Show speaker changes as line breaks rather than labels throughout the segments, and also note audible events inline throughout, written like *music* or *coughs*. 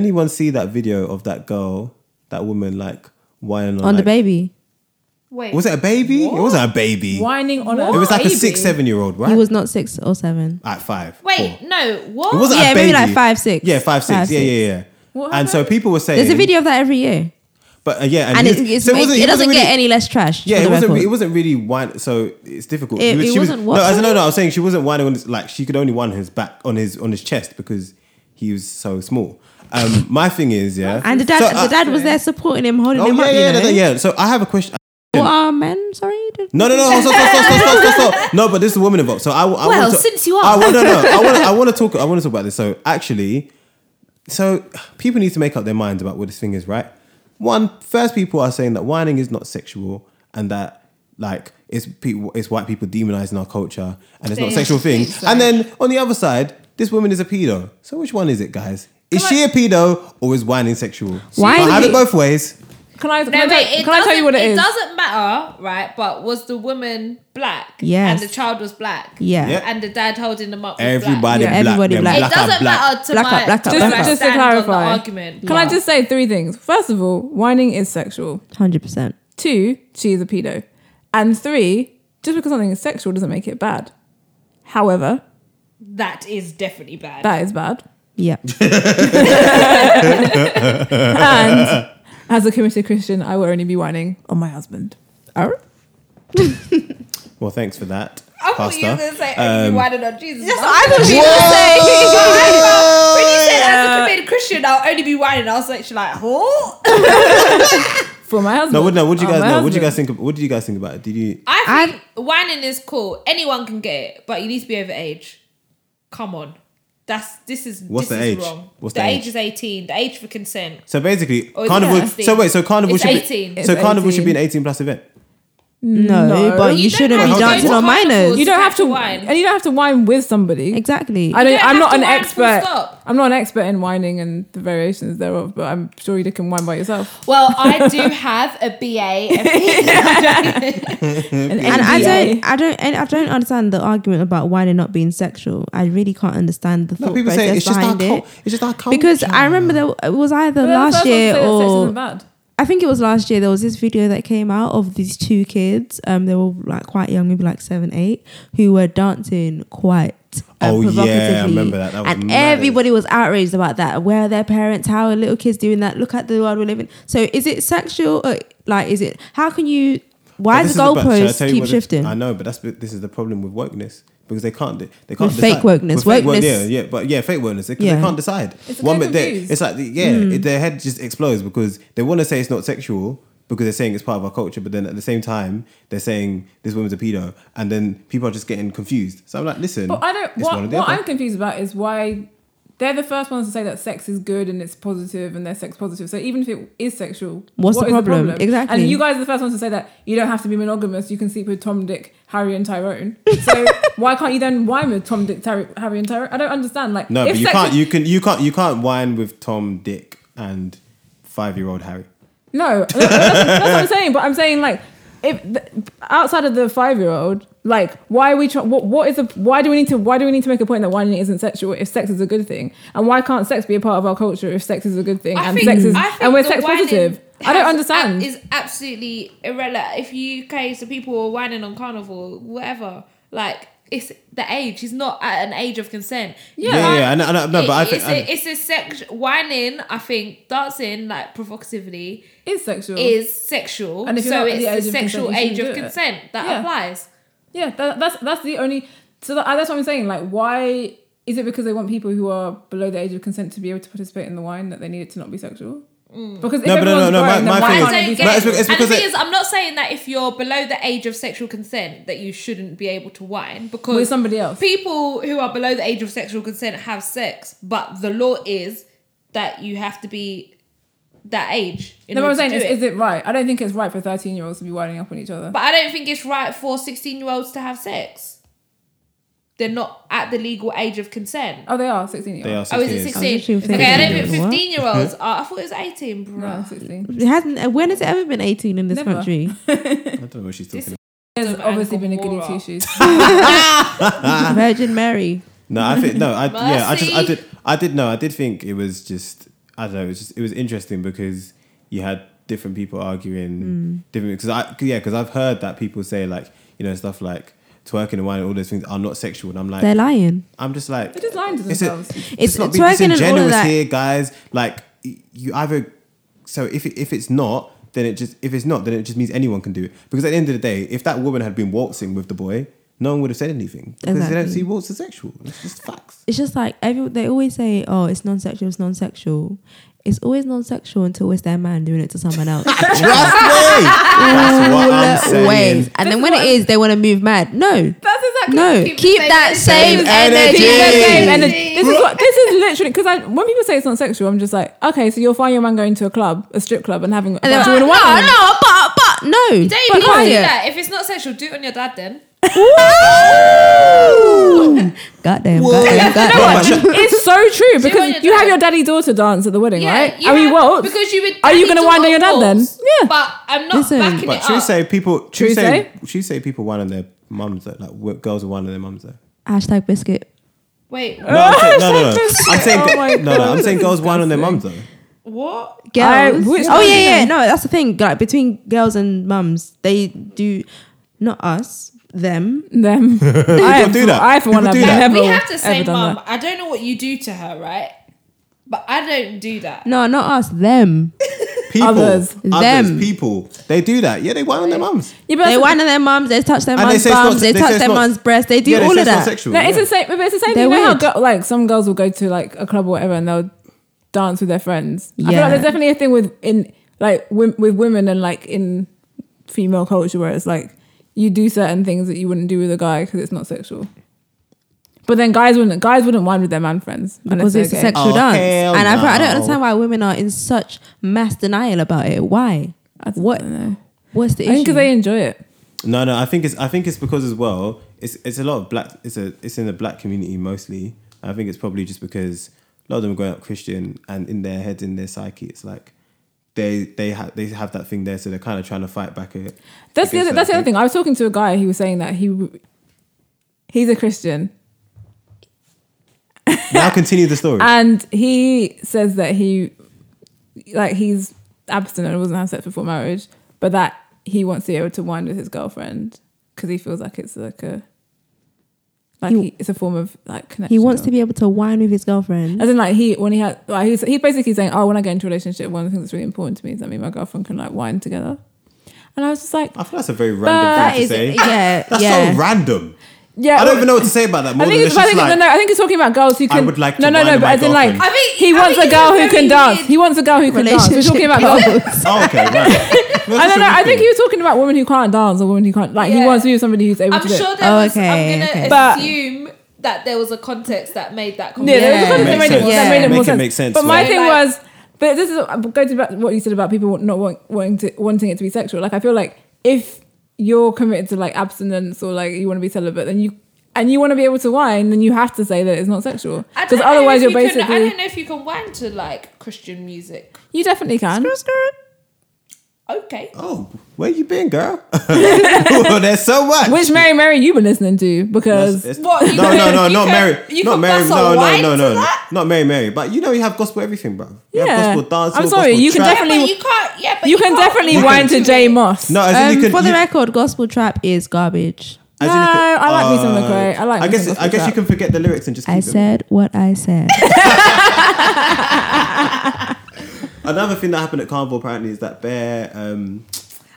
anyone see that video of that girl, that woman, like whining on,
on the
like-
baby.
Wait.
Was it a baby? It wasn't a baby.
Whining on a
It was like a
baby.
six, seven year old, right?
He was not six or seven.
at five.
Wait,
four.
no. What?
It wasn't
Yeah,
a baby.
maybe like five, six.
Yeah, five, six.
Five,
yeah,
six.
yeah, yeah.
What
and so
happened?
people were saying,
There's a video of that every year,
but uh, yeah, and,
and
he
it,
was-
it's
so
make-
wasn't- he
it
wasn't
doesn't
really-
get any less trash.
Yeah,
for
it
the
wasn't.
record.
It wasn't really whine. So it's difficult.
It-
He
it
she
wasn't
No,
what,
as I know,
sorry?
no, I was saying she wasn't whining on his like she could only whine on his back on his on his chest because he was so small. Um, my thing is, yeah,
and the dad,
So, uh,
the dad was there supporting him, holding
Oh
him
yeah,
up.
yeah,
you know?
yeah, yeah. So I have a question.
What are men? Sorry. Did-
No, no, no, stop, stop, stop, stop, stop, stop, stop. No, but this is a woman involved. So I, I
Well,
want to,
since you are.
I want, no, no, I want, I want to talk. I want to talk about this. So actually, so people need to make up their minds about what this thing is, right? One, first, people are saying that whining is not sexual and that like it's people, it's white people demonizing our culture and it's not a
Yeah.
sexual thing. And then on the other side, this woman is a pedo. So which one is it, guys? Is she a pedo or is whining sexual?
Whining-
I have it both ways.
Can I? Can,
No,
I, tell,
wait, it
can I tell you what
doesn't-
it is?
It doesn't matter, right? But was the woman black?
Yes.
And the child was black.
Yeah.
Yeah.
And the dad holding them up. was
Everybody,
Yeah,
black,
everybody
them
black.
black
Black. It
are
doesn't
black.
matter to
Black
black
up,
my
black up,
to
black
my
up.
Just to
stand on the
clarify.
argument.
Can I just say three things? First of all, whining is sexual.
Hundred percent.
Two, she is a pedo. And three, just because something is sexual doesn't make it bad. However,
That is definitely bad.
that is bad.
*laughs*
Yeah.
*laughs*
And as a committed Christian, I will only be whining on my husband.
Alright.
Well, thanks for that,
I thought
Pastor.
you were going to say
um,
only whining on Jesus. That's When you said as a committed Christian, I'll only be whining. I was like, like, huh?
For my husband.
no, what, no, what do you
Oh,
guys?
my
No, what do you guys
husband.
think? Of, what did you guys think about it? Did you?
I think whining is cool. Anyone can get it, but you need to be over age. Come on. That's this is
What's
this
the
is
age?
wrong.
What's
the,
the
age?
age?
is eighteen. The age for consent.
So basically,
Oh, it's
carnival.
nasty.
So wait, so carnival
It's
should
18.
be.
It's
So carnival
18.
should be an eighteen plus event.
No,
No.
but
You
you,
don't
shouldn't
have
be
to go
dancing
to
on minors.
carnivals.
You don't have to
Whine.
and you don't have to whine with somebody.
exactly.
I don't.
don't
I'm
have
not
to
an
whine, full
expert.
stop.
I'm not an expert in whining and the variations thereof, but I'm sure you can whine by yourself.
Well, I do have a BA. *laughs*
An
and I
NDA.
don't, I don't, and I don't understand the argument about whining not being sexual. I really can't understand the
No,
thought
people
process
say it's just our
behind
cult.
it.
It's just our culture.
Because I remember there it was either
But that's
last
what I was
year
gonna say, that sex
or
isn't bad.
I think it was last year. There was this video that came out of these two kids. Um, they were like quite young, maybe like seven, eight, who were dancing quite. Um,
Oh, yeah, I
provocatively.
remember that. That was
and
mad.
everybody was outraged about that. Where are their parents? How are little kids doing that? Look at the world we live in. So, is it sexual? Or, like, is it? How can you?
But
Why does
this
the
is the- but should I tell
goalposts
you
keep
what the-
shifting?
I know, but that's this is the problem with wokeness because they can't de- they can't
With fake
decide.
wokeness.
With fake wo-
Wokeness-
yeah, yeah, but yeah, fake wokeness. They, they
Yeah. Hmm.
can't decide.
It's
One
so
bit they,
confused.
it's like the- yeah, it, their head just explodes because they want to say it's not sexual because they're saying it's part of our culture, but then at the same time they're saying this woman's a pedo, and then people are just getting confused. So I'm like, listen,
But I don't.
it's one or
What,
the
what
other.
I'm confused about is why they're the first ones to say that sex is good and it's positive and they're sex positive. So even if it is sexual,
What's
what
the
is
problem? Exactly.
And you guys are the first ones to say that you don't have to be monogamous. You can sleep with Tom, Dick, Harry, and Tyrone.
*laughs*
So why can't you then whine with Tom, Dick, Tyro- Harry, and Tyrone? I don't understand. Like
No,
if
but you
sex
can't.
is-
You can. You can't. You can't whine with Tom, Dick, and five-year-old Harry.
No, *laughs* that's, that's what I'm saying. But I'm saying like, if outside of the five year old, like, why are we? Try, what, what is the? Why do we need to? Why do we need to make a point that whining isn't sexual if sex is a good thing? And why can't sex be a part of our culture if sex is a good thing
I
and
think-
sex is
I think
and we're
the
sex
whining
positive? I don't
has-
understand.
Is absolutely irrelevant. If you okay, so people were whining on carnival, whatever. Like it's the age. He's not at an age of consent. You
Yeah,
can't-
yeah, I know- I know- no, but I
it-
think-
it's, a, it's a sex whining. I think dancing like provocatively
is sexual?
is sexual,
And if you're
so
not at
it's
the
the,
age of
sexual
consent, you
age
shouldn't
of
do it.
consent that
Yeah.
applies.
Yeah, that, that's that's the only. So that, that's what I'm saying. Like, why is it because they want people who are below the age of consent to be able to participate in the wine that they need it to not be sexual? Because if
No, but no, no,
everyone's
no, my-
grown,
my
then why
thing is-
can't
I
it be
Mm. don't
but
get
it's be- it's
it. and the
because it-
thing is, I'm not saying that if you're below the age of sexual consent that you shouldn't be able to whine because
With somebody else.
People who are below the age of sexual consent have sex, but the law is that you have to be that age. In
No, but
order
I'm saying,
to
is,
do it.
is it right? I don't think it's right for 13 year olds to be winding up on each other.
But I don't think it's right for 16 year olds to have sex. They're not at the legal age of consent.
oh, they are 16 year
They are
olds.
Oh, is it
six years.
I was
16?
literally
Okay, I don't
thinking,
think
what?
15
*laughs*
year olds are. I thought it was 18, bro.
No, 16.
it hasn't. When has it ever been eighteen in this
*laughs*
Never.
country?
I don't know what she's talking.
This-
about.
There's obviously been a goody
Angora.
two shoes.
Virgin Mary.
No, I think no. I yeah. I just I
*laughs*
Mercy.
did I did no. I did think it was just I don't know. It was just it was interesting because you had different people
Hmm.
arguing different because I yeah because I've heard that people say like you know stuff like twerking and wine and all those things are not sexual and I'm like
They're lying.
I'm just like
They're just lying
*laughs*
to
it's a-
themselves.
It's not being
twerking and all of
disingenuous
that.
here, guys. Like y- you either so if it, if it's not, then it just if it's not, then it just means anyone can do it. Because at the end of the day, if that woman had been waltzing with the boy, no one would have said anything because they don't
Exactly.
see waltz as sexual. It's just facts.
It's just like every they always say, "Oh, it's non-sexual. It's non-sexual." It's always non-sexual until it's their man doing it to someone else.
Trust me. That's what I'm
All the
saying.
way. And then when it is, they want to move mad. No,
That's exactly.
no.
keep the
Keep
same
that
energy.
energy.
same energy.
And then this is what this is literally because I when people say it's not sexual, I'm just like, okay, so you'll find your man going to a club, a strip club, and having
And then
doing a
no,
wine.
no, but but no.
Dave,
But
you can't do
quiet.
that. If it's not sexual, do it on your dad then.
Ooh. *laughs* Goddamn,
Whoa.
*laughs* goddamn,
No,
goddamn.
but you-
It's
*laughs*
so true
you want
because
your
you
dad-
have your daddy daughter dance at the wedding,
Yeah,
right?
you
Are we
have-
won't?
Because you would.
Are you
daddy
gonna
daughter
wind down your dad then?
waltz,
*laughs*
Yeah.
But I'm not
Listen.
backing
But
it
true
up.
say people true,
True
say
say?
true say people whine on their mums though. Like w- girls whine on their mums though.
Hashtag biscuit.
Wait,
No, I'm saying, no, no, no. I'm saying
Oh my
no, no. I'm
God.
saying girls whine on their mums though.
what?
I-
Girls.
which
oh
one do you
yeah, yeah.
think?
No, that's the thing. Like between girls and mums, they do not us, them.
Them. I have,
do that.
I for one
People do
have
that.
never
we have the
ever
same
done
mum.
that.
I don't know what you do to her, right? But I don't do that.
No, not us, them.
People,
Others.
Them.
people, they do that. Yeah, they whine on their mums.
They
Yeah, but that's-
whine on their mums. They touch their
And they
mums'
say it's not-
bums. They,
they say
touch
it's
their
not-
mums' breasts. They do
Yeah, they
all
say
of
it's not
that.
sexual.
No, it's
yeah.
the same. But it's the same
They're
thing. You know how
weird.
go- like some girls will go to like a club or whatever, and they'll dance with their friends. I feel
Yeah.
like there's definitely a thing with in like wom- with women and like in female culture where it's like you do certain things that you wouldn't do with a guy because it's not sexual. But then guys wouldn't guys wouldn't wine with their man friends unless
because it's a
they're gay.
sexual
Oh,
dance.
hell
And I, I don't
no.
understand why women are in such mass denial about it. Why?
I don't
What?
know.
What's the
I think
issue?
because they enjoy it.
No, no, I think it's I think it's because as well, it's it's a lot of black it's a it's in the black community mostly. I think it's probably just because a lot of them are growing up Christian and in their heads, in their psyche, it's like they they have they have that thing there, so they're kind of trying to fight back at it.
That's
against
the other,
that
that's the other thing. I was talking to a guy. He was saying that he w- he's a Christian
Now continue the
*laughs*
story.
and he says that he like he's abstinent and wasn't have sex before marriage, but that he wants to be able to wine with his girlfriend because he feels like it's like a like
He-
he, it's a form of like connection.
he wants to be able to whine with his girlfriend.
As in, like he when he had like he's he's basically saying, oh, when I get into a relationship, one of the things that's really important to me is that me and my girlfriend can like wine together. And I was just like,
I feel that's a very
That
random thing to
is-
say.
yeah,
*laughs* that's
yeah.
so random.
yeah,
I don't
well-
even know what to say about that. More
Uh, I think,
than
it's,
it's
I
just
think no,
like
no, I think it's talking about girls who
I
can.
would like to
no, no,
wine
no,
with
but
my
as in like,
girlfriend.
I think-
he
I
wants
think
a
it's
girl
a
who can
very
dance.
weird
He wants a girl who can dance. We're talking about girls.
Relationship goals.
oh,
*laughs*
okay, right.
I don't know. I think he was talking about women who can't dance or women who can't. Like he
Yeah.
wants to be with somebody who's able
I'm
to. do it.
sure there
Oh,
was.
okay,
I'm
okay.
gonna
But-
assume that there was a context that made that.
Yeah, there was a
conversation.
couple
Makes sense.
that made it, that made it
Make
more
it
sense.
make sense,
But my
right?
thing
Like-
was, but this is go to back to what you said about people not want, wanting to wanting it to be sexual. Like I feel like if you're committed to like abstinence or like you want to be celibate, then you and you want to be able to wine, then you have to say that it's not sexual
I don't
because
know
otherwise
if
you're
you can- I
basically
don't know if you can wind to like Christian music.
you definitely can.
Okay.
Oh, where you been, girl? *laughs* well, there's so much.
Which Mary Mary you been listening to? Because
That's-
What, *laughs*
that's-
you
no,
can-
no, no,
you
not
can-
Mary.
you
not
can
Mary.
pass a
No, no,
wine
no,
to
no,
that?
Not Mary, Mary. But you know, you have gospel everything, bro. You
Yeah.
have gospel dance.
I'm
have
sorry,
gospel
you can
trap.
definitely-
But you can't. Yeah, but
you can definitely wine to J
Mo.
Moss.
No, as in
Um,
you can.
for the
you-
record, gospel trap is garbage.
as in you
No,
can-
I like me some
Uh,
McRae. I like
I
me
guess.
some
I
gospel
guess you
trap.
can forget the lyrics and just. Keep
I
it.
said what I
*laughs*
said.
Another thing that happened at Carnival apparently is that bear. Um,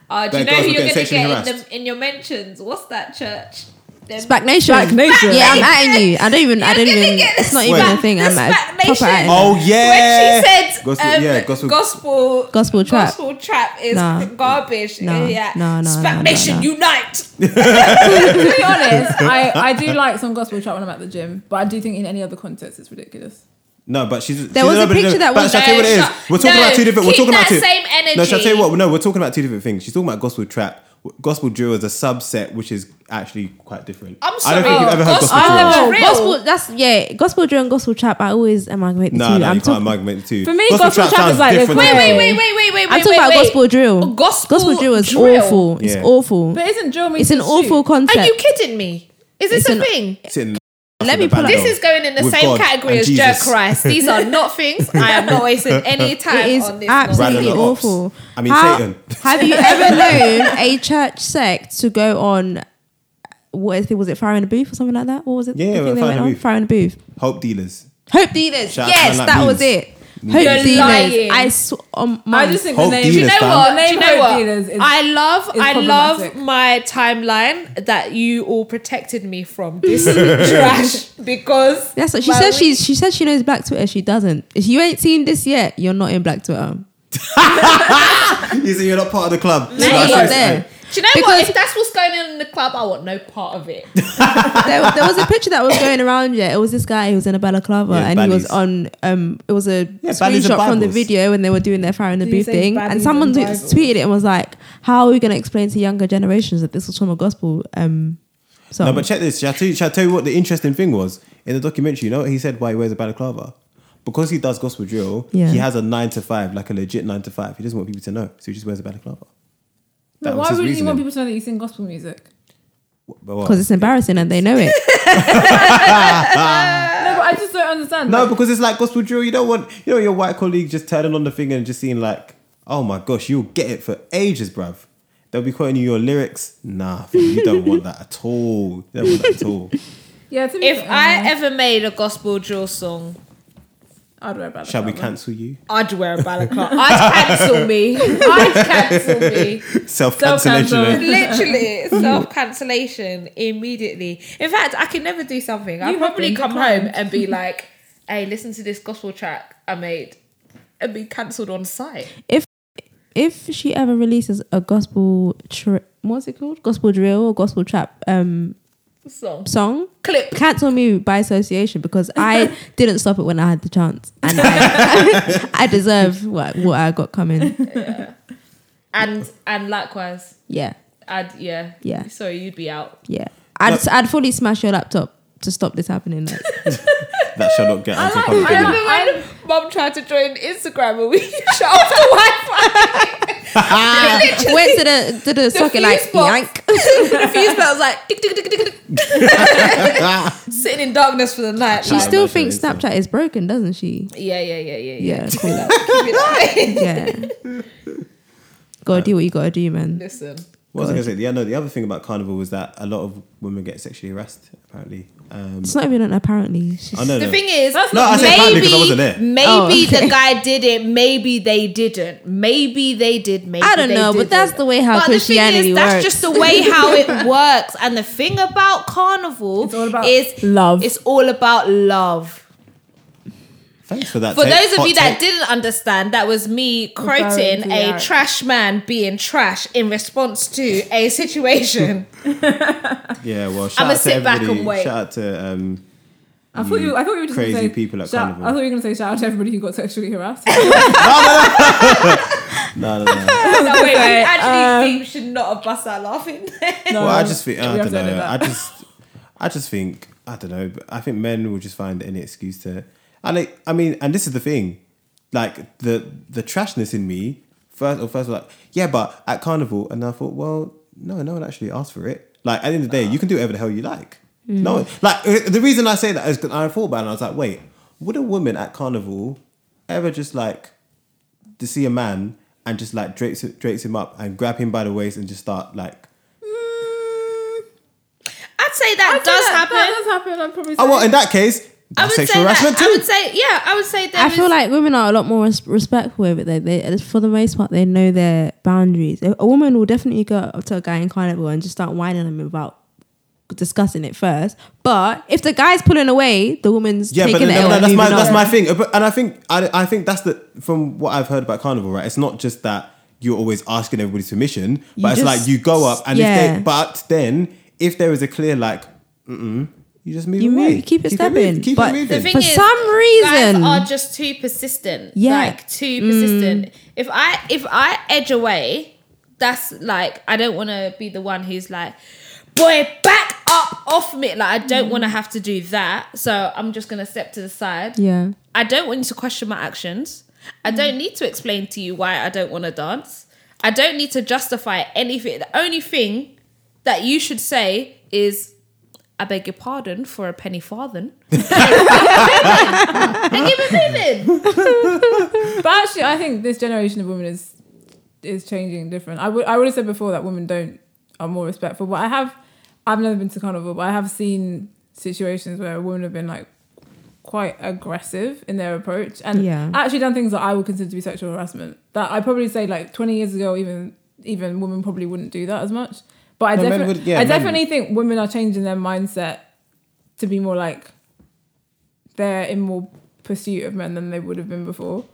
Uh, do
Bad
you know
girls were
who you're
getting
going to
sexually
get in,
harassed.
the, in your mentions? What's that church? Them-
Spack Nation.
Spac Nation.
Yeah, I'm at you. I don't even. I
You're
don't
gonna
even.
get the
It's not
Spac-
even a thing.
the
I'm at
Spac
proper.
Nation.
At you.
oh yeah.
When she said
Gospel,
um,
yeah, gospel.
gospel, gospel,
Gospel trap.
trap is
Nah.
garbage.
Nah.
Yeah,
Nah, nah,
Spac
nah, nah,
Nation
nah.
unite.
to be honest,
*laughs*
I, I do like some gospel chat when I'm at the gym, but I do think in any other context it's ridiculous.
No, but she's.
There
she's
was a
no, but-
picture that
but
was-
shall I tell you what it
No,
is.
shut-
We're talking
no,
about two different. We're
keep
talking about
that
two.
same
No, shall I
energy.
tell you what? No, we're talking about two different things. She's talking about gospel trap. Gospel drill is a subset, which is actually quite different.
I'm
I
sorry.
don't think you've ever heard
Gospel-
gospel drill.
Oh,
Oh,
Oh,
real.
gospel. That's yeah. Gospel drill and gospel trap. I always amalgamate the
No,
two.
no,
I'm
you can't
talking-
amalgamate the two.
For me, gospel trap
sounds
is like the
different
Wait,
than-
wait, wait, wait, wait, wait.
I'm talking
wait,
about
wait.
gospel drill.
Gospel,
drill is
drill.
awful. It's
Yeah.
awful.
But isn't drill means
It's an
to shoot?
awful concept.
Are you kidding me? Is this
It's
a
an-
thing?
Sitting
Let me
with a
pull up-
banner
This is going in the
with
same
God
category
and
as
Jesus.
jerk rice. These are
*laughs*
not things. I am not wasting any time
It is
on this.
absolutely
Rather than ops.
awful.
I mean,
How-
Satan.
Have
*laughs*
you ever known a church sect to go on? What is it? Was it fire in a booth or something like that? What was it?
Yeah, Fire
the thing they
in
went
a
on?
Booth.
Fire in a booth.
Hope dealers. *laughs*
Hope dealers.
Shout out to Man
yes,
Like
that was
Beans.
it. Hope
You're
dealers.
lying.
I sw- um,
I
man.
just think
Hope
the
Do
name.
you
dealers.
know
Fam.
what?
The
Do
name
you know
Hope
what?
Dealers is-
I love,
is
I love
problematic.
my timeline that you all protected me from this *laughs* trash because
That's what she
my
said.
week-
She she said she knows Black Twitter. She doesn't. If you ain't seen this yet, you're not in Black Twitter.
You say you're not part of the club.
You're
I
not
said-
there.
Do you know
Because-
what? If that's what's going on in the club, I want no part of it.
there, there was a picture that was going around. Yeah, it was this guy who was in a balaclava,
Yeah,
and he was
baddies.
on. Um, it was a
Yeah, baddies and
screenshot from the
Bibles.
video when they were doing their fire in the
Do you
booth
say
thing,
baddies
and
and
someone t-
Bibles?
tweeted it and was like, "How are we going to explain to younger generations that this was from a gospel?" Um, song?
No, but check this. Shall I, tell you, shall I tell you what the interesting thing was in the documentary? You know what he said? Why he wears a balaclava? Because he does gospel drill.
Yeah.
He has a nine to five, like a legit nine to five. He doesn't want people to know, so he just wears a balaclava. That was his
Why would you
reasoning.
want people to know that you sing gospel music?
But what?
because it's embarrassing and they know *laughs* it.
No, but I just don't understand.
no,
like,
because it's like gospel drill. You don't want you know your white colleague just turning on the thing and just seeing like, oh my gosh, you'll get it for ages, bruv. They'll be quoting you your lyrics. Nah, fam, you don't want that at all. You don't want that at all.
yeah, to be
If
fair,
I ever made a gospel drill song,
I'd wear a balaclava.
Shall we cancel you?
I'd wear a balaclava. I'd
*laughs*
cancel me. I'd cancel me.
Self cancellation.
Self-cancel.
eh?
*laughs*
Literally
Mm.
self cancellation immediately. In fact, I could never do something. I'd
You have
probably
been
come
declined.
home and be like, "Hey, listen to this gospel track I made," and be cancelled on site.
if she ever releases a gospel, tri- what's it called? Gospel drill or gospel trap um
So
song.
clip.
Cancel me by association because
*laughs*
I didn't stop it when I had the chance, and I, *laughs* I deserve what what I got coming.
And and likewise,
Yeah,
I'd yeah
Yeah.
So you'd be
*laughs*
out.
yeah. I'd I'd fully smash your laptop to stop this happening.
*laughs*
Like,
*laughs* That shall not get
I
out of
like-
public.
I
domain.
like-
Remember when mum tried to join Instagram and we *laughs* shut off the
*laughs*
Wi-Fi? Literally.
went to the to the, socket
fuse
like
box.
yank.
the fuse bell was like tick, tick, tick, tick, tick,
Ah!
tick. sitting in darkness for the night.
She
like,
still
imagine
thinks
it's a-
Snapchat is broken, doesn't she?
yeah, yeah, yeah, yeah, yeah.
Yeah, cool.
Keep it that way.
*laughs*
yeah. Gotta do what you gotta do, man.
*laughs* Listen,
What was I going to say? Yeah, no. The other thing about carnival was that a lot of women get sexually harassed. Apparently, um,
It's not even an apparently. She's,
I know.
the thing is,
No, I said partly 'cause I wasn't there.
maybe maybe
Oh, okay. *laughs*
the guy did it, maybe they didn't, maybe they did, maybe
I don't
they
know, but
didn't.
that's the way how
But the thing
Christianity
is,
works.
That's just the way how
*laughs*
it works. And the thing about carnival
all about
is
love.
It's all about love.
Thanks for that.
For
take-
those of
hot
you
take.
that didn't understand, that was me
Referring
quoting
to
a
the act.
trash man being trash in response to
*laughs*
a situation.
yeah. Well, shout
I'ma
out to
sit back and
everybody.
wait.
Shout out to um,
I thought you. I thought you were just gonna
Crazy
say,
people at
shout,
carnival.
I thought you were gonna say shout out to everybody who got sexually harassed.
no, no, no.
no, wait, we
um,
Right,
actually think we should not have bust out laughing.
*laughs*
*laughs*
No,
well, I just think I
we
don't
have to edit
know.
that.
I just, I just think I don't know. But I think men will just find any excuse to. And it, I mean, and this is the thing, like the the trashness in me first or first was like yeah, but at carnival, and I thought, well, no, no one actually asked for it. Like at the end of the day, you can do whatever the hell you like.
Mm.
No, like uh, the reason I say that is 'cause I thought about it. and I was like, wait, would a woman at carnival ever just like to see a man and just like drapes drapes him up and grab him by the waist and just start like
I'd say that
I'd say
does
that-
happen.
That does happen. I'm probably.
Oh
saying-
well, in that case,
I
that's
would
sexual
say
harassment
that. I
too.
would say yeah. I would say there
I feel
is-
like women are a lot more res- respectful of it. They, they, for the most part, they know their boundaries. A a woman will definitely go up to a guy in carnival and just start whining him about discussing it first. But if the guy's pulling away, the woman's
yeah, but
taking
then,
it.
no,
L
no,
and
that's my
moving
that's
on.
my thing. Uh, but- And I think I, I think that's the from what I've heard about carnival, right? It's not just that you're always asking everybody's permission, but
You
it's like
just-
you go up and if
yeah.
they, but then if there is a clear like, mm you just move
You
away,
move, you keep it stepping.
moving, keep it
But the
moving.
the thing
For
is,
some
guys
reason-
are just too persistent.
Yeah. Mm.
like too persistent. If I if I edge away, that's like I don't want to be the one who's like, boy, back up off me. Like I don't
Mm.
want to have to do that. So I'm just gonna step to the side.
Yeah.
I don't want you to question my actions. I don't need to explain to you why I don't want to dance. I don't need to justify anything. The only thing that you should say is, I beg your pardon for a penny farthing. and keep it moving.
But actually, I think this generation of women is is changing different. I would I would have said before that women don't are more respectful, but I have I've never been to carnival, but I have seen situations where women have been like quite aggressive in their approach and
Yeah.
actually done things that I would consider to be sexual harassment. That I probably say like twenty years ago, even even women probably wouldn't do that as much. But I
No, men
definitely
would- yeah,
I
men
definitely think women are changing their mindset to be more like they're in more pursuit of men than they would have been before.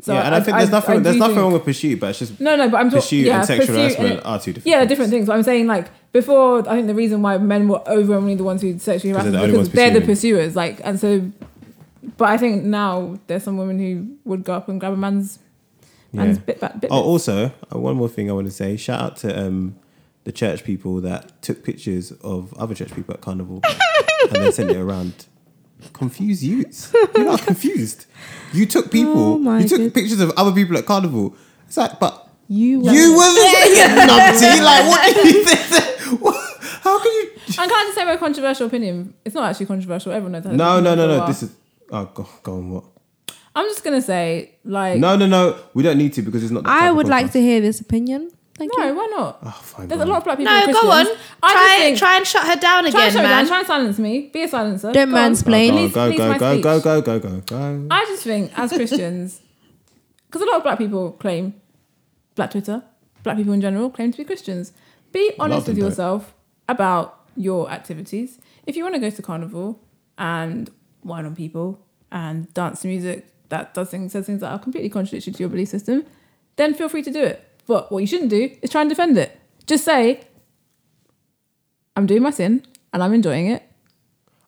So
yeah, and I, think there's nothing
I
there's
do
nothing
think-
wrong with pursuit, but it's just
No, no, but I'm talking
pursuit
yeah,
and sexual
pursuit
harassment
and-
are two different.
yeah, they're
things.
different things. But I'm saying like before, I think the reason why men were overwhelmingly the ones who sexually harassed
they're the
them
only
because
ones
they're the
pursuing.
pursuers. Like, and so, but I think now there's some women who would go up and grab a man's man's
Yeah.
bit back bit.
Oh, also, uh, one more thing I want to say. Shout out to um, the church people that took pictures of other church people at carnival and then sent it around. Confused youths. You're not confused. You took
Oh
people.
my
you took
goodness.
pictures of other people at carnival. It's like, but
You were.
you were
*laughs*
the numpty. Like, what? do you think? *laughs* What- How can you?
*laughs* and can I just say my controversial opinion? It's not actually controversial. Everyone knows. that.
No, no, no,
Wow.
no. This is. Oh, go, go on. What?
I'm just gonna say like no,
No, no, no. We don't need to because it's not. The
I would like to hear this opinion. Thank you.
why not?
Oh, fine.
There's
go
a
on.
lot of black people.
No,
who are
go on.
Christians. I just
Try,
think,
try and shut her down
try
again,
and shut me down.
man.
Try and silence me. Be a silencer.
Don't
Go on.
mansplain.
Oh,
Please-
go,
please,
go,
my
go,
speech.
go, go, go, go, go.
I just think as Christians,
*laughs*
because a lot of black people claim, black Twitter, black people in general claim to be Christians. Be honest
them
with
don't.
yourself about your activities. If you want to go to carnival and wine on people and dance to music that does things, says things that are completely contradictory to your belief system, then feel free to do it. But what you shouldn't do is try and defend it. Just say, I'm doing my sin and I'm enjoying it.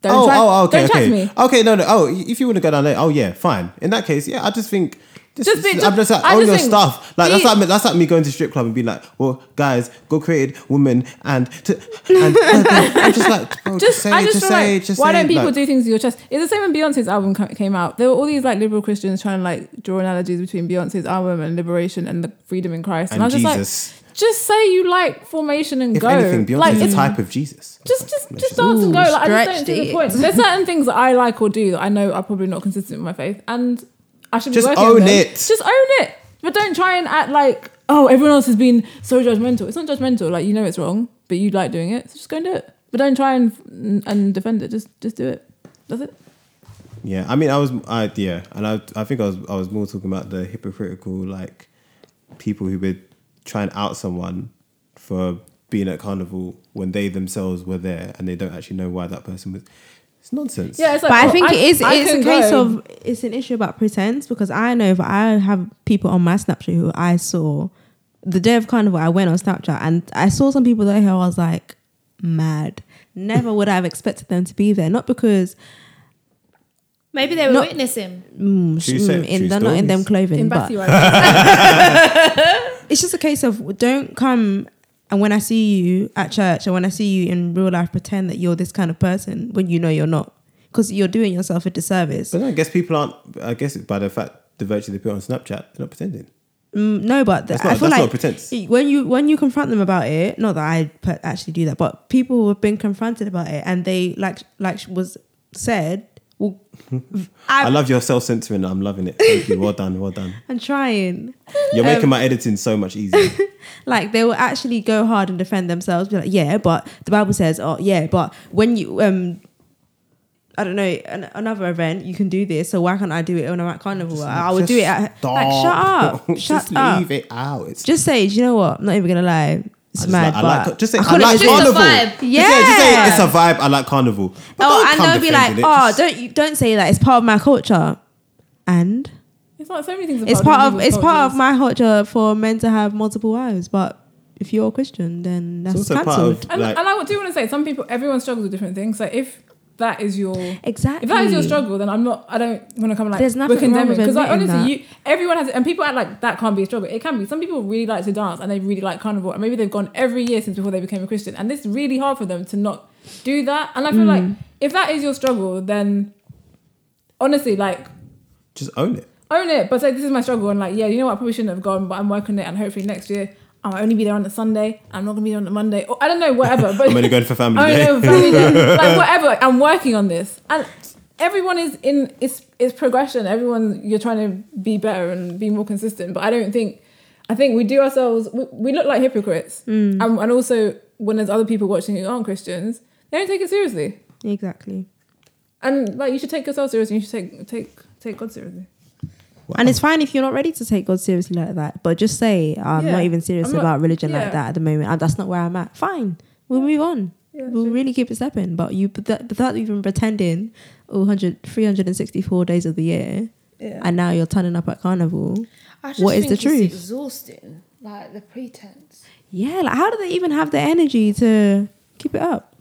Don't
oh,
try,
oh, okay,
don't try
okay.
to me.
Okay, no, no. Oh, if you want to go down there, oh yeah, fine. In that case, yeah, I just think. Just,
Just be-
I'm
just-
just like
I
own
just
your
think-
stuff. Like that's
be-
like me, that's like me going to strip club and being like, "Well, guys, go created women and t-
*laughs*
and I'm just like, oh, just,
just,
say,
I
it,
just,
just,
feel
say, it,
like
just
why
say, it.
don't people
Like,
do things to your chest? It's the same when Beyonce's album ca- came out. There were all these like liberal Christians trying to like draw analogies between Beyonce's album and liberation and the freedom in Christ. And,
And
I was
Jesus.
just like, just say you like formation and
If
go.
anything, Beyonce's
like
a
it's
type of Jesus.
just just just dance and
Ooh,
go. Like, I just
stretched
don't see
it.
the point. There's certain things that I like or do that I know are probably not consistent with my faith, and I should be
Just
working on
own
them.
it.
Just own it, but don't try and act like oh everyone else has been so judgmental. It's not judgmental. Like you know it's wrong, but you like doing it, so just go and do it. But don't try and and defend it. Just just do it. That's it.
Yeah, I mean, I was, I yeah, and I, I think I was, I was more talking about the hypocritical like people who would try and out someone for being at carnival when they themselves were there and they don't actually know why that person was. It's nonsense.
Yeah, it's like,
but I
oh,
think it is
I
it's
can
a case
go.
of it's an issue about pretense because I know if I have people on my Snapchat who I saw the day of carnival I went on Snapchat and I saw some people there who I was like mad. Never would I have expected them to be there. Not because
Maybe they were
Not-
witnessing.
mm,
True
mm,
se-
in,
true
they're not in them
stories.
clothing,
in
but *laughs*
Batty right?
it's just a case of don't come and when I see you at church and when I see you in real life, pretend that you're this kind of person when you know you're not. Because you're doing yourself a disservice.
But then I guess people aren't. I guess by the fact the virtue they put on Snapchat, they're not pretending.
Mm, no, but the,
That's not-
I feel
that's not
like
pretense.
when you when you confront them about it, not that I per- actually do that, but people who have been confronted about it and they like like was said, well,
*laughs* I
I,
love your self censoring. I'm loving it. Thank you. Well done. Well done.
am trying.
You're
Um,
making my editing so much easier.
Like they will actually go hard and defend themselves. Be like, yeah, but the Bible says, oh yeah, but when you um. I don't know an, another event you can do this, so why can't I do it when I'm at carnival? I would
Just
do it at like shut
stop. *laughs*
up, shut
just
up.
leave it out. It's
Just say, do you know what? I'm not even gonna lie, it's
I just like-
mad.
I
but
like- just say, I,
couldn't
like
Just a
carnival.
vibe.
Just say- just say,
Yeah.
it's a vibe. I like carnival. But
oh,
don't
and
come
they'll be like,
defending it.
oh,
Just-
don't you don't say that. It's part of my culture, and
It's like so many things.
it's
about
part of
people's
it's part of
cultures.
my culture for men to have multiple wives. But if you're a Christian, then that's
It's also part
cancelled.
of
And,
like,
and I do want to say, some people, everyone struggles with different things. So if that is your
Exactly.
If that is your struggle, then I'm not. I don't want to come like
There's nothing
we're
wrong
condemning
with
because like,
admitting
honestly,
that.
you everyone has and people act like that can't be a struggle. It can be. Some people really like to dance and they really like carnival and maybe they've gone every year since before they became a Christian and it's really hard for them to not do that. And I feel
Mm.
like if that is your struggle, then honestly, like
just own it.
own it. But say this is my struggle and like yeah, you know what, I probably shouldn't have gone, but I'm working on it and hopefully next year I might only be there on a Sunday. I'm not gonna be there on a Monday. Or I don't
*laughs*
know, whatever. But
I'm only going for family
I
day. *laughs*
don't know, family day. like whatever. I'm working on this, and everyone is in it's it's progression. Everyone you're trying to be better and be more consistent. But I don't think I think we do ourselves. We, we look like hypocrites, and, and also when there's other people watching who aren't Christians, they don't take it seriously.
Exactly.
And like you should take yourself seriously. You should take take take God seriously.
Wow.
And it's fine if you're not ready to take God seriously like that, but just say, I'm
Yeah.
not even serious
I'm not-
about religion
yeah.
like that at the moment, and that's not where I'm at. Fine, we'll move on.
Yeah,
we'll
sure.
really keep it stepping. But you, but that, without even pretending, oh, 100, 364 days of the year,
Yeah.
and now you're turning up at carnival.
I just
What is the
think
truth?
It's exhausting, like the pretense.
Yeah, like how do they even have the energy to keep it up?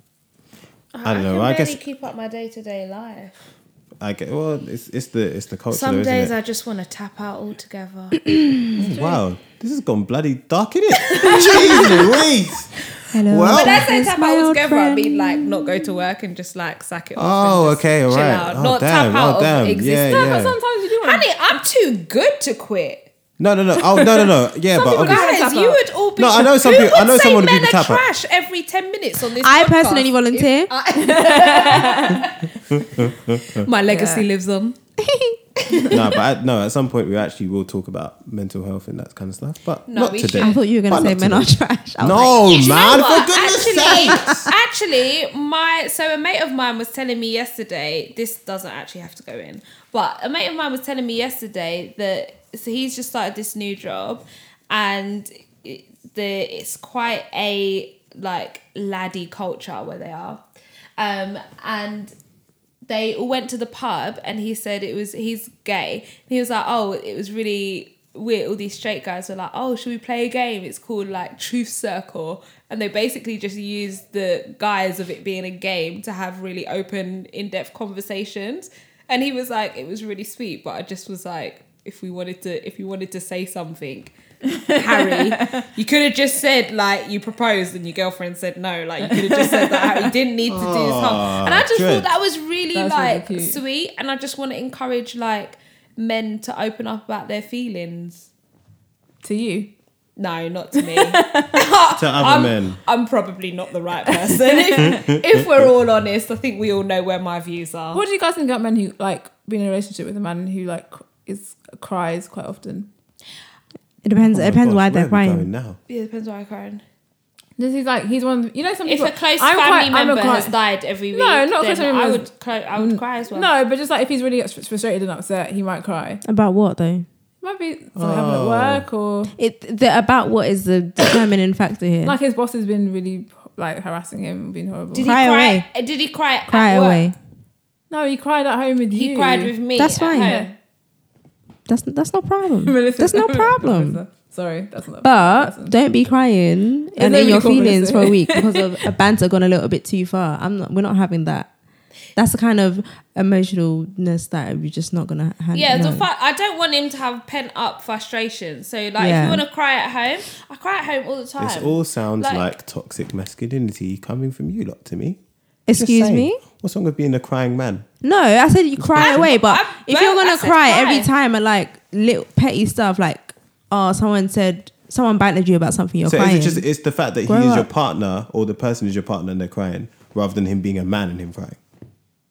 I don't know,
Can
I
barely
guess-
keep up my day to day life.
I get well. It's, it's the it's the culture.
Some
though,
days
isn't
I just want to tap out altogether.
it? wow, this has gone bloody dark, isn't it? *laughs* Jeez Louise.
Hello.
Well-
When I say
It's
tap
my
out
old
altogether, I mean
friend.
like not go to work and just like sack it off.
Oh,
and just
okay, all
chill
right.
out.
Oh,
not
damn,
tap out
oh, damn.
of
Yeah,
existence.
No,
yeah.
but sometimes you do. want-
Honey, I'm too good to quit.
No, no, no. Oh, no, no, no. Yeah, but
people
obviously,
don't
Guys,
tap
you
out.
would all be.
No, I know some
who
people- I
would
know
say
someone who
men
people
are
tap out.
trash every ten minutes on this.
I
podcast?
personally volunteer.
If I- *laughs* My legacy
Yeah.
lives on.
*laughs*
no, but I, no. At some point, we actually will talk about mental health and that kind of stuff. But
No,
not
we
today.
should.
I thought you were
But
gonna say
not
men are
today.
trash. I was like,
No,
Do you know
man,
what?
for goodness
*laughs*
sake.
actually, actually, my so a mate of mine was telling me yesterday. This doesn't actually have to go in, but a mate of mine was telling me yesterday that so he's just started this new job, and it, the it's quite a like laddie culture where they are, um, and they all went to the pub and he said it was he's gay and he was like oh it was really weird all these straight guys were like oh should we play a game it's called like truth circle and they basically just used the guise of it being a game to have really open in-depth conversations and he was like it was really sweet but i just was like if we wanted to if you wanted to say something Harry, you could have just said like you proposed and your girlfriend said no. Like you could have just said that. Harry. You didn't need to do this whole. And I just
Aw,
thought that was really
That's really
like
cute.
sweet, and I just want to encourage like men to open up about their feelings.
to you.
No, not to me. to
other
I'm,
men.
I'm probably not the right person. *laughs* if, if we're all honest, I think we all know where my views are.
What do you guys think about men who like being in a relationship with a man who like cr- is cries quite often?
It depends.
Oh
it
my
depends
gosh,
why
where
they're
are we
crying.
going now.
Yeah, depends why I'm crying.
This is like he's one. Of, the- you know, some
If
people.
a close
I'm
family
quite- I'm a
member
quite-
has died every week,
No, not a
then
close family
I
member. Mm.
would, cry, I would cry as well.
No, but just like if he's really fr- frustrated and upset, he might cry.
About what though?
Might be something happened
Oh.
at work or
It the about what is the determining *coughs* factor here?
like his boss has been really like harassing him, being horrible.
Did
Cry
he cry?
away.
uh, Did he cry? at
Cry
work?
away.
no, he cried at home with
He
you.
cried with me.
That's
at
fine.
home.
That's that's no problem.
*laughs* *laughs* Melissa.
That's no problem.
Melissa. *laughs* Sorry, that's not.
But
Listen.
don't be crying and in
nobody
your
called
feelings
Melissa.
for a week because of a banter gone a little bit too far. I'm not. We're not having that. That's the kind of emotionalness that we're just not gonna handle.
Yeah, the fu- I don't want him to have pent up frustration. So, like, if
Yeah.
you want to cry at home, I cry at home all the time.
This all sounds
Like-
like, toxic masculinity coming from you lot to me. Just
Excuse
saying.
me.
What's wrong with being a crying man?
No, I said you cry
I'm-
away, but
I'm-
if
well,
you're
I
gonna
said
cry,
cry.
every time at like little petty stuff, like oh, someone said someone bantered you about something, you're
so
crying.
is it just it's the fact that
Grow
he is your
up.
partner or the person is your partner and they're crying rather than him being a man and him crying?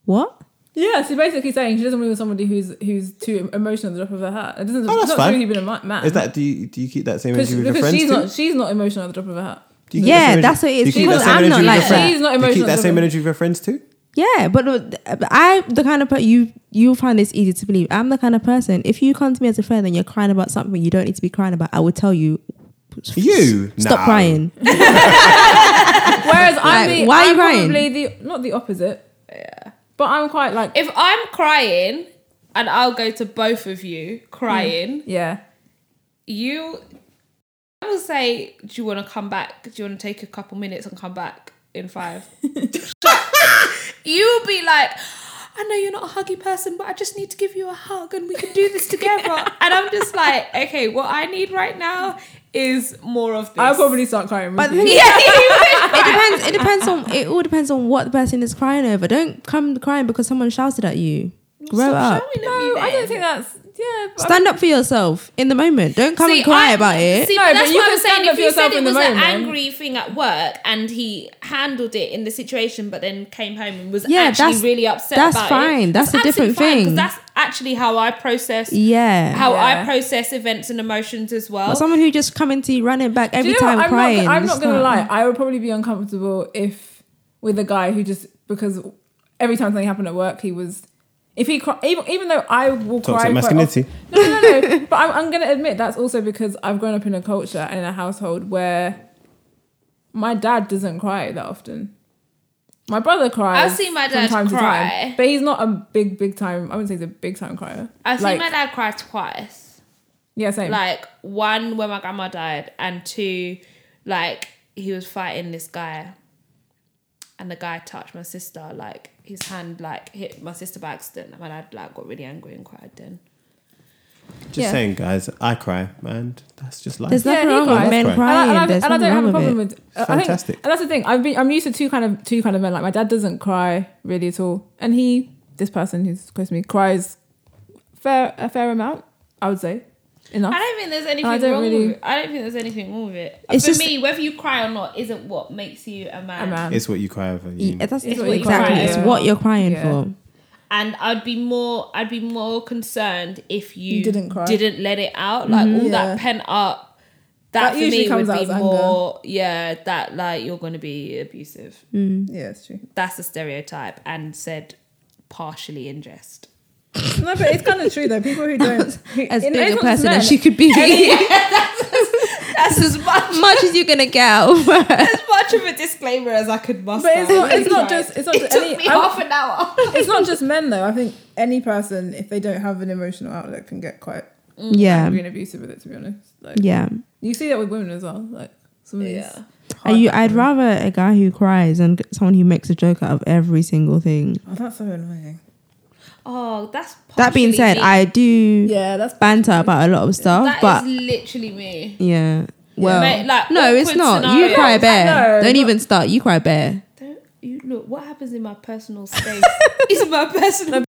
what?
Yeah, she's basically saying she doesn't move with somebody who's who's too emotional at the drop of her hat. It doesn't.
Oh, that's
it's not
fine.
really been a ma- man.
Is that do you do you keep that same
because
energy with your
because
friends
she's
too?
not she's not emotional at the drop of
*laughs*
her hat.
Do you keep
Yeah,
that same energy-
that's what it is,
do you keep
because
that same
I'm
energy
not
with your
like
friends?
that.
She's not
Do you keep
emotional
that same
driven.
energy with your friends too?
Yeah, but no, th- but I'm the kind of person you you'll find this easy to believe. I'm the kind of person if you come to me as a friend and you're crying about something you don't need to be crying about, I would tell you.
You?
stop
No.
crying.
*laughs* Whereas
Like,
I'm the,
why are you
I'm
crying?
probably the not the opposite. Yeah. But I'm quite like
If I'm crying and I'll go to both of you crying,
yeah.
you, I will say, do you want to come back? Do you want to take a couple minutes and come back in five? You'll be like, I know you're not a huggy person, but I just need to give you a hug and we can do this together. and I'm just like, okay, what I need right now is more of this.
I'll probably start crying.
But
With
the thing is,
you.
*laughs* yeah, you
it depends. It depends on. It all depends on what the person is crying over. Don't come crying because someone shouted at you. Grow
Stop
up.
shouting at me
no, I
then.
don't think that's yeah. but I
Stand up for yourself in the moment. Don't come and cry
I-
about it.
See,
No,
but
but
that's
you
what
can
I'm saying.
stand up
If
for
you
yourself
said it
in the
was an
moment.
angry thing at work and he handled it in the situation, but then came home and was
Yeah,
actually
that's-
really upset.
that's
about it,
fine. That's
it's
a different
absolutely fine, 'cause
thing.
That's actually how I process.
Yeah.
How I
Yeah.
process events and emotions as well.
But someone who just come into you running back
Do
every
you know
time
what? I'm
crying.
Not, I'm not
it's
gonna lie. I would probably be uncomfortable if with a guy who just because every time something happened at work, he was. If he cry, even even though I will
Toxic
cry quite
masculinity.
often- no, no, no, no. *laughs* but I'm, I'm going to admit that's also because I've grown up in a culture and in a household where my dad doesn't cry that often. My brother cries.
I've seen my
from
dad
time to
cry.
time, but he's not a big, big time. I wouldn't say he's a big time crier.
I've
Like-
seen my dad cry twice.
Yeah, same.
like one when my grandma died and two like he was fighting this guy and the guy touched my sister like his hand like hit my sister by accident and my dad like got really angry and cried then
Just
Yeah.
saying, guys, I cry, man. That's just life.
There's nothing
he
wrong
cries.
with men
And I- and
And I-
crying.
and I,
There's
and I
nothing
don't have a
wrong
problem
with it.
with. I think-
fantastic.
and that's the thing. I've been. I'm used to two kind of two kind of men. Like my dad doesn't cry really at all, and he, this person who's close to me, cries fair a fair amount. I would say enough.
i don't think there's anything
I don't
wrong
really-
with it i don't think there's anything wrong with it
It's
for
just-
me whether you cry or not isn't what makes you a man,
A man.
It's what you cry over. You,
Yeah, that's
It's
what you
exactly.
cry
It's
over.
what you're crying
Yeah.
for.
and i'd be more i'd be more concerned if you,
You didn't cry.
didn't let it out like all
Yeah.
that pent up that,
That
for
usually
me
comes
would
out
be
as anger.
more yeah that like you're going to be abusive
Yeah, it's true.
that's a stereotype and said partially in jest.
No, but it's kind of true though. People who *laughs* don't who,
As
in
big a
those
person as
men-
she could
*laughs*
be. *laughs*
That's as much,
much as you're gonna get out of work.
*laughs* as much of a disclaimer as I could muster.
But it's not. It's not just. It's not
It
just
took
any.
me
I-
half an hour.
it's not just men though. I think any person, if they don't have an emotional outlet, can get quite
Mm,
Yeah.
angry and abusive with it. To be honest, like
Um, Yeah.
you see that with women as well. Like some of these.
Yeah.
Are
hard
you, I'd
women.
rather a guy who cries than someone who makes a joke out of every single thing.
Oh, that's so annoying.
Oh, that's
That being
partially
said,
me.
I do
Yeah, that's
banter about a lot of stuff,
eh? That is
but
literally me.
yeah. Well,
Mate, like,
no, it's
awkward
not. You
scenarios.
cry bear.
No,
Don't
not-
even start. You cry bear.
Don't you look? What happens in my personal space is my personal